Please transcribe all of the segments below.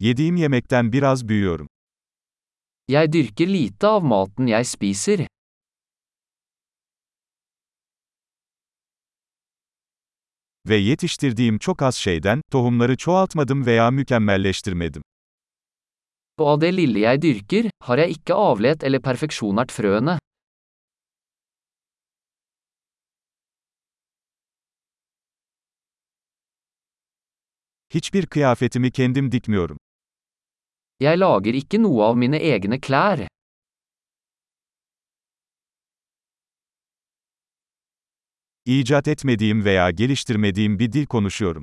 Yediğim yemekten biraz büyüyorum. Jeg dyrker lite av maten jeg spiser. Ve yetiştirdiğim çok az şeyden, tohumları çoğaltmadım veya mükemmelleştirmedim. Og av det lille jeg dyrker, har jeg ikke avlet eller perfeksjonert frøene. Hiçbir kıyafetimi kendim dikmiyorum. Jeg lager ikke noe av mine egne klær. İcat etmediğim veya geliştirmediğim bir dil konuşuyorum.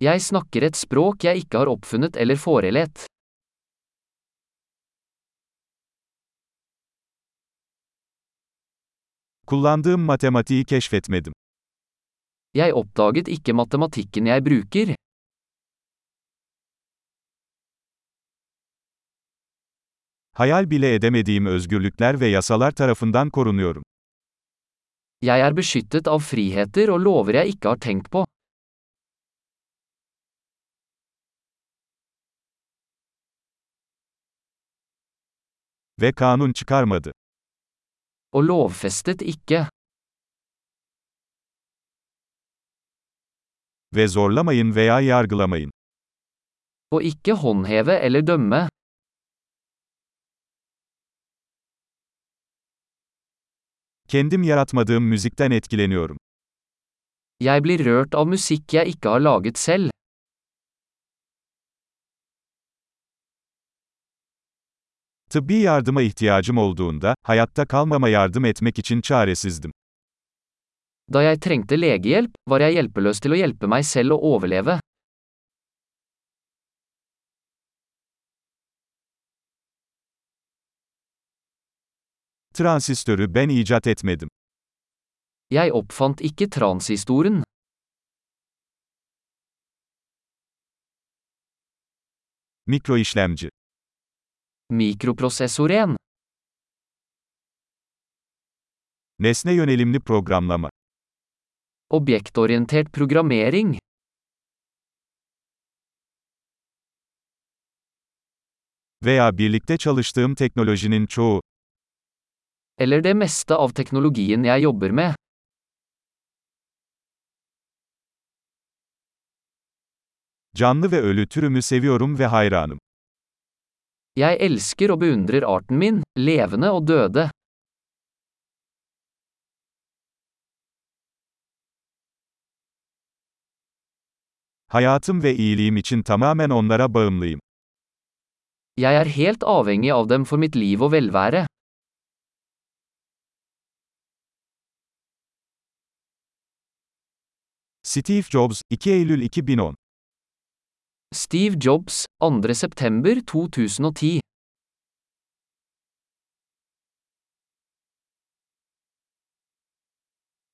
Jeg snakker et språk jeg ikke har oppfunnet eller forelet. Kullandığım matematiği keşfetmedim. Jeg oppdaget ikke matematikken jeg bruker. Hayal bile edemediğim özgürlükler ve yasalar tarafından korunuyorum. Jeg er beskyttet av friheter og lover jeg ikke har tenkt på. Ve kanun çıkarmadı. Og lovfestet ikke. Ve zorlamayın veya yargılamayın. Og ikke håndheve eller dømme. Kendim yaratmadığım müzikten etkileniyorum. Jeg blir rørt av musikk jeg ikke har laget selv. Tıbbi yardıma ihtiyacım olduğunda, hayatta kalmama yardım etmek için çaresizdim. Da jeg trengte legehjelp, var jeg hjelpeløs til å hjelpe meg selv å overleve. Transistörü ben icat etmedim. Jeg oppfant ikke transistoren. Mikroişlemci, Mikroprosessoren. nesne yönelimli programlama, Objektorientert programmering. veya birlikte çalıştığım teknolojinin çoğu, Eller det meste av teknologien jeg jobber med. canlı ve ölü türümü seviyorum ve hayranım. Jeg elsker og beundrer arten min, levende og døde. Hayatım ve iyiliğim için tamamen onlara bağımlıyım. Jeg er helt avhengig av dem for mitt liv og velvære. Steve Jobs, 2 Eylül 2010 Steve Jobs, 2. september 2010.